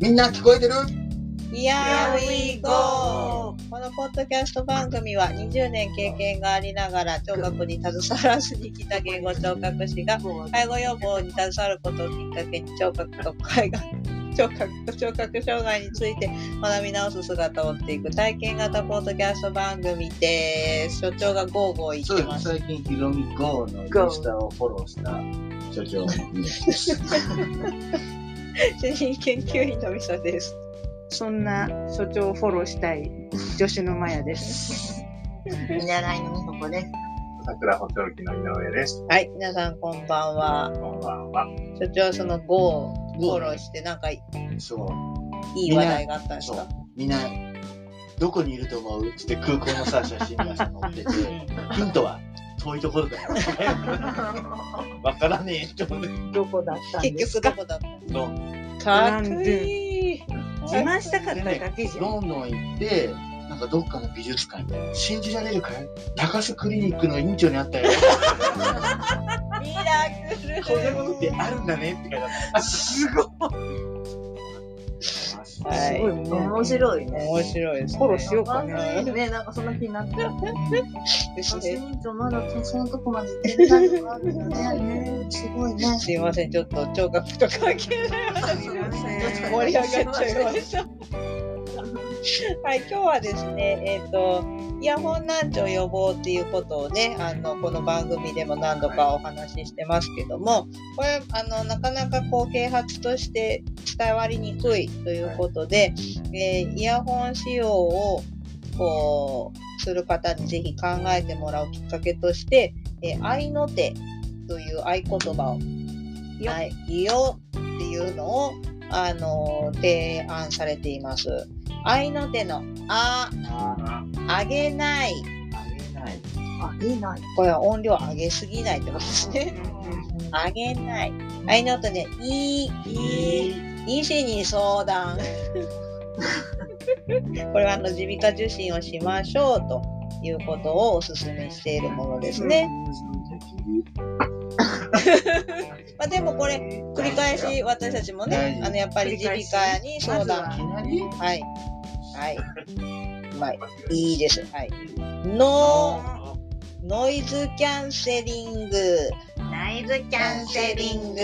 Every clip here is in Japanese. みんな聞こえてる Here we go! このポッドキャスト番組は20年経験がありながら聴覚に携わらずに来た言語聴覚士が介護予防に携わることをきっかけに聴覚と介護 聴覚と聴覚障害について学び直す姿を追っていく体験型ポッドキャスト番組です。所長がゴーゴー言そうってで。ますす。最近、ヒロミ GO のインスタをフォローした所長の宮城です。主任研究員のみそです。そんな所長をフォローしたい女子のマヤです。見習いのみほこです。桜ホテル機の井上です。はい、皆さんこんばんは。こんばんは。所長その GO をフォローしてなんかいそう。い話題があったんですそうか。みんな、どこにいると思うって空港のさ、写真がさ載ってて、ヒントは遠いところだよ。わからねえって思って。どこだったんで結す局どこかだったロンかっこいい自慢したかっただけじゃん。ロンドン行って、なんかどっかの美術館に、信じられるかい高須クリニックの院長に会ったよ。ミラクこルういうことってあるんだねって書いてあった。すごい。はすいごい面面白い。白いね。面白いですねフォローしようかねね。ね、なんかそんな気になってる。です私ねにとまだそのとこまで行ってないのがあるんだね。すごいね。すいませんちょっと聴覚と関係ない話に盛り上がっちゃいましたはい今日はですねえっ、とイヤホン難聴予防っていうことをねあのこの番組でも何度かお話ししてますけどもこれあのなかなかこう啓発として伝わりにくいということで、えーイヤホン使用をこうする方にぜひ考えてもらうきっかけとして、えー、愛の手という合言葉を「よはい、いいよ」っていうのを、あのー提案されています。愛の手の「あ」あ「あげないありえない。あ、いいな。」これは音量上げすぎないってことですね。あげない。愛の手ね「いい」いい医師に相 談これはあの耳鼻科受診をしましょうということをお勧めしているものですね、 まあ、でもこれ繰り返し私たちもね大事あのやっぱり繰り耳返し鼻科に相談いきなりはいはいまあいいですはいノーノイズキャンセリングナイズキキャンセリング。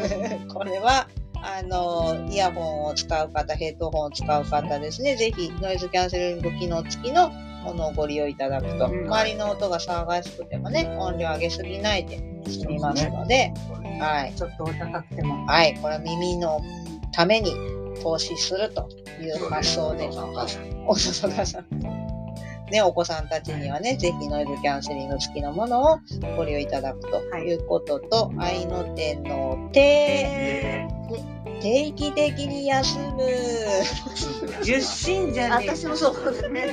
これは、あの、イヤホンを使う方、ヘッドホンを使う方ですね、ぜひノイズキャンセリング機能付きのものをご利用いただくと、うん周りの音が騒がしくてもね、音量上げすぎないで済みますので、はい、ちょっとお高くても。はい、これは耳のために投資するという発想で、お父さんお母さん。ね、お子さんたちにはね、ぜひノイズキャンセリング付きのものをご利用いただくとはいいうことと、愛の手の手、定期的に休む。 十進じゃねえ。私もそうですね。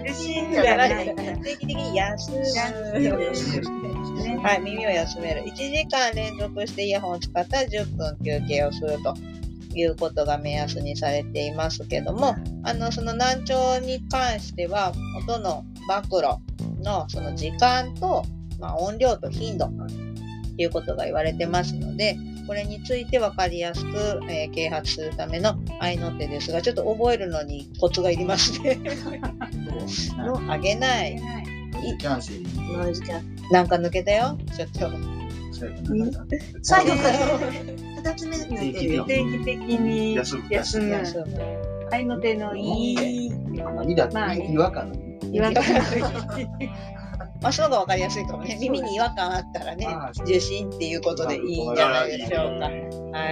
受信じゃない定期的に休む。はい、耳を休める。1時間連続してイヤホンを使ったら10分休憩をするということが目安にされていますけども、あの、その難聴に関しては、音の暴露のその時間と、まあ、音量と頻度ということが言われてますので、これについて分かりやすく、えー啓発するための愛の手ですが、ちょっと覚えるのにコツがいりますね。のあげない。キャンセリング。ノイズキャンなんか抜けたよ。ちょっと。最後かからら二つ目抜いてるよ。定期的に休む休む。休む。愛の手のいいあの、いだって違和感の。違和感まあ、その方が分かりやすいかもね。耳に違和感あったらねああ、受診っていうことでいいんじゃないでしょうか。は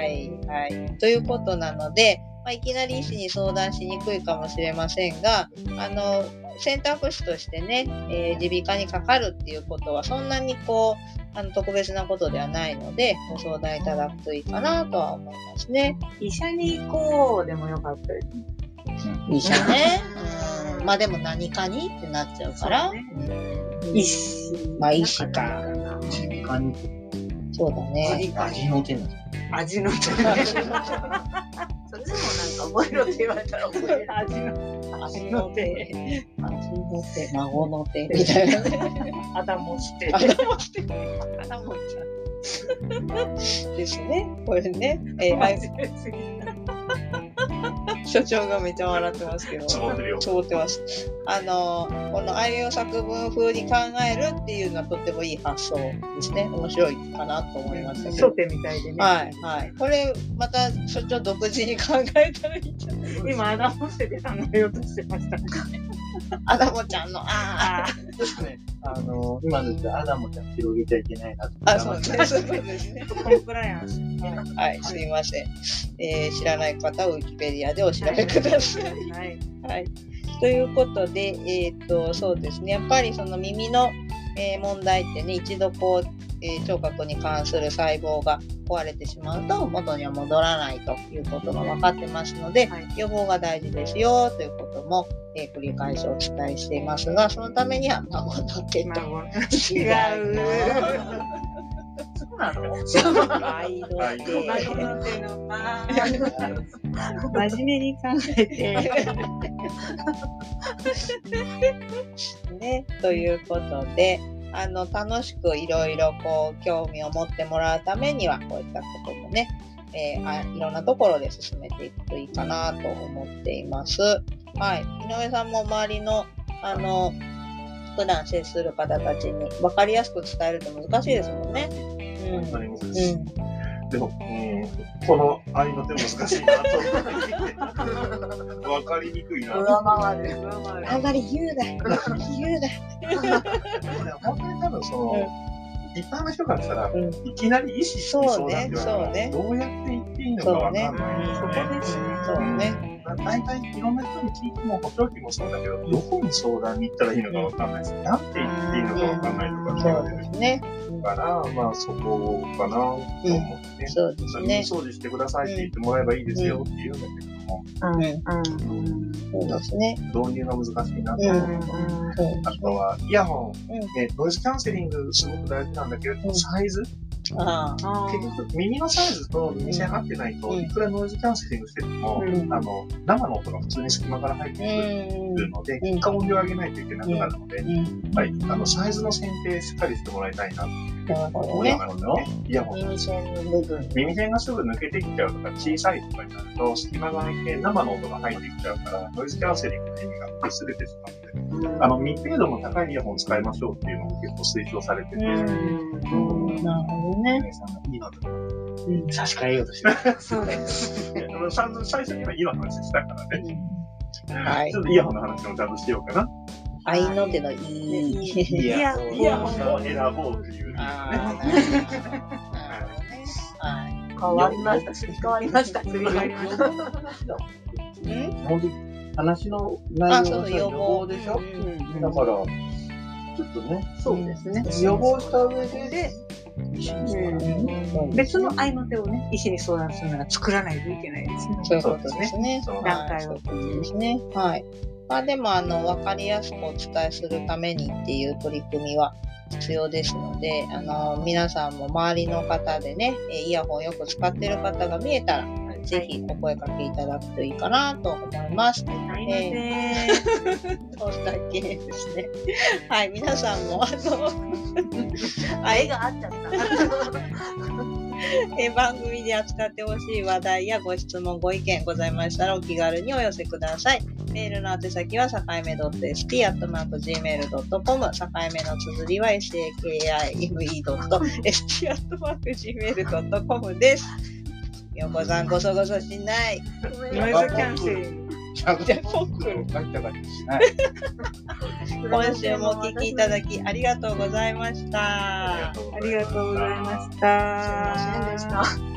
い、はい。ということなので、まあ、いきなり医師に相談しにくいかもしれませんが、あの、選択肢としてね、えー耳鼻科にかかるっていうことは、そんなにこう、あの、特別なことではないので、ご相談いただくといいかなとは思いますね。医者に行こうでもよかったです医者ね。うんまあでも何かにってなっちゃうから。そうねうん医師まあ医師か。耳鼻科に。そうだね。味の手の。味の手そっちもなんか覚えろって言われたら覚え る。味の足足の手の手、足の手、孫の手みたいなね。頭して頭してくれ頭ちゃん。ですね。これね。えー、はい 忘れすぎた所長がめっちゃ笑ってますけど。つぼってるよ。ちょってます。あの、このあいう作文風に考えるっていうのはとってもいい発想ですね。面白いかなと思いましたけソど。テみたいでね。はい、はい。これ、また、所長独自に考えたらいいんじゃない今、アダモステで考えようとしてました。アダモちゃんの、ああですね。あの、今の言ったアダモちゃん広げちゃいけないなと。あ、あ、そうですね。そうですね。ーコンプライアンス。はい、すいません。えー知らない方はウィキペディアでお調べください。はい。はい、 ということで、えーっとそうですねやっぱりその耳の、えー問題ってね一度こう、えー聴覚に関する細胞が壊れてしまうと元には戻らないということが分かってますので、はい予防が大事ですよということも、えー繰り返しお伝えしていますがそのためには孫の手と孫。違 うそうなの 愛の孫手。の手のな。真面目に考えて。 ね、ということであの楽しくいろいろこう興味を持ってもらうためにはこういったこともね、えーあいろんなところで進めていくといいかなと思っています。はい、井上さんも周りのあの普段接する方たちに分かりやすく伝えるって難しいですもんね。うん本当に難しい。うでも、うん、この愛の手難しいなと思ってきて。わかりにくいな。上回る。はあんまり言う な。言うな。でもね、本当に多分その、一般の人からしたら、ん、うん、いきなり意識しそうだって言われたらそどうやって言っていいのかわかんないそうねでそすこそねうね。大体いろんな人に聞いても補聴器もそうだけどどこに相談に行ったらいいのかわかんないですなんて言っていいのかわかんないとか言そわうれでるすね。からまあそこかなと思って、そうです耳ね。掃除してくださいって言ってもらえばいいですよって言うんだけども、うん、うんそうですね。導入が難しいなとう思んう。うんそうであすとね。はイヤホン、うんね、ノイズキャンセリングすごく大事なんだけれど、うんサイズああ、あー結局耳のサイズと耳栓合ってないと、うんいくらノイズキャンセリングしてても、うんあの生の音が普通に隙間から入っうてくるん、ので、ん結果音量を上げないといけなくなるので、うん、はい、あのサイズの選定しっかりしてもらいたいなってなるほど思いなね。がらね、イヤホン耳栓の部分。耳栓がすぐ抜けてきちゃうとか小さいとかになると隙間が空いて生の音が入ってきちゃうからノイズキャンセリングの意味が薄れてしまってあの密閉度の高いイヤホンを使いましょうっていうのも結構推奨されてて、なるほどね。姉さんがいいのと。差し替えようとしてる。そうです。あのさん最初には今の話したからね、はいちょ。っとイヤホンの話もちゃんとしようかな。愛の手のいい。いや、イいやヤホンを選ぼうっていう。ああ、なるほどね。はい。変わりました。変わりました。うん、本当に話の内あ、容がそう、さ予予防防でしょ、うんだから、ちょっとね、そうですね。予防した上で、一緒にしてもらう別の合いの手をね、医師に相談するなら作らないといけないですね。そういうことですね。はい、そういうことですね。はい。まあ、でも、あの、わかりやすくお伝えするためにっていう取り組みは。必要ですので、あの、皆さんも周りの方でね、えイヤホンよく使ってる方が見えたら。ぜひお声かけいただくといいかなと思います。合いのえー手。そんだけですね。はい、皆さんもあのあえが合っちゃった。え番組で扱ってほしい話題やご質問、ご意見ございましたらお気軽にお寄せください。メールの宛先は、さかいめ .st.gmail.com、さかいめの綴りは sakaime.st.gmail.com です。よこさん、ごそごそしない。ノイズキャンセリング。ちゃんとフォークをガチャガチャしない。今週もお聞きいただきありがとうございました。ありがとうございすましすいた。ませんでした。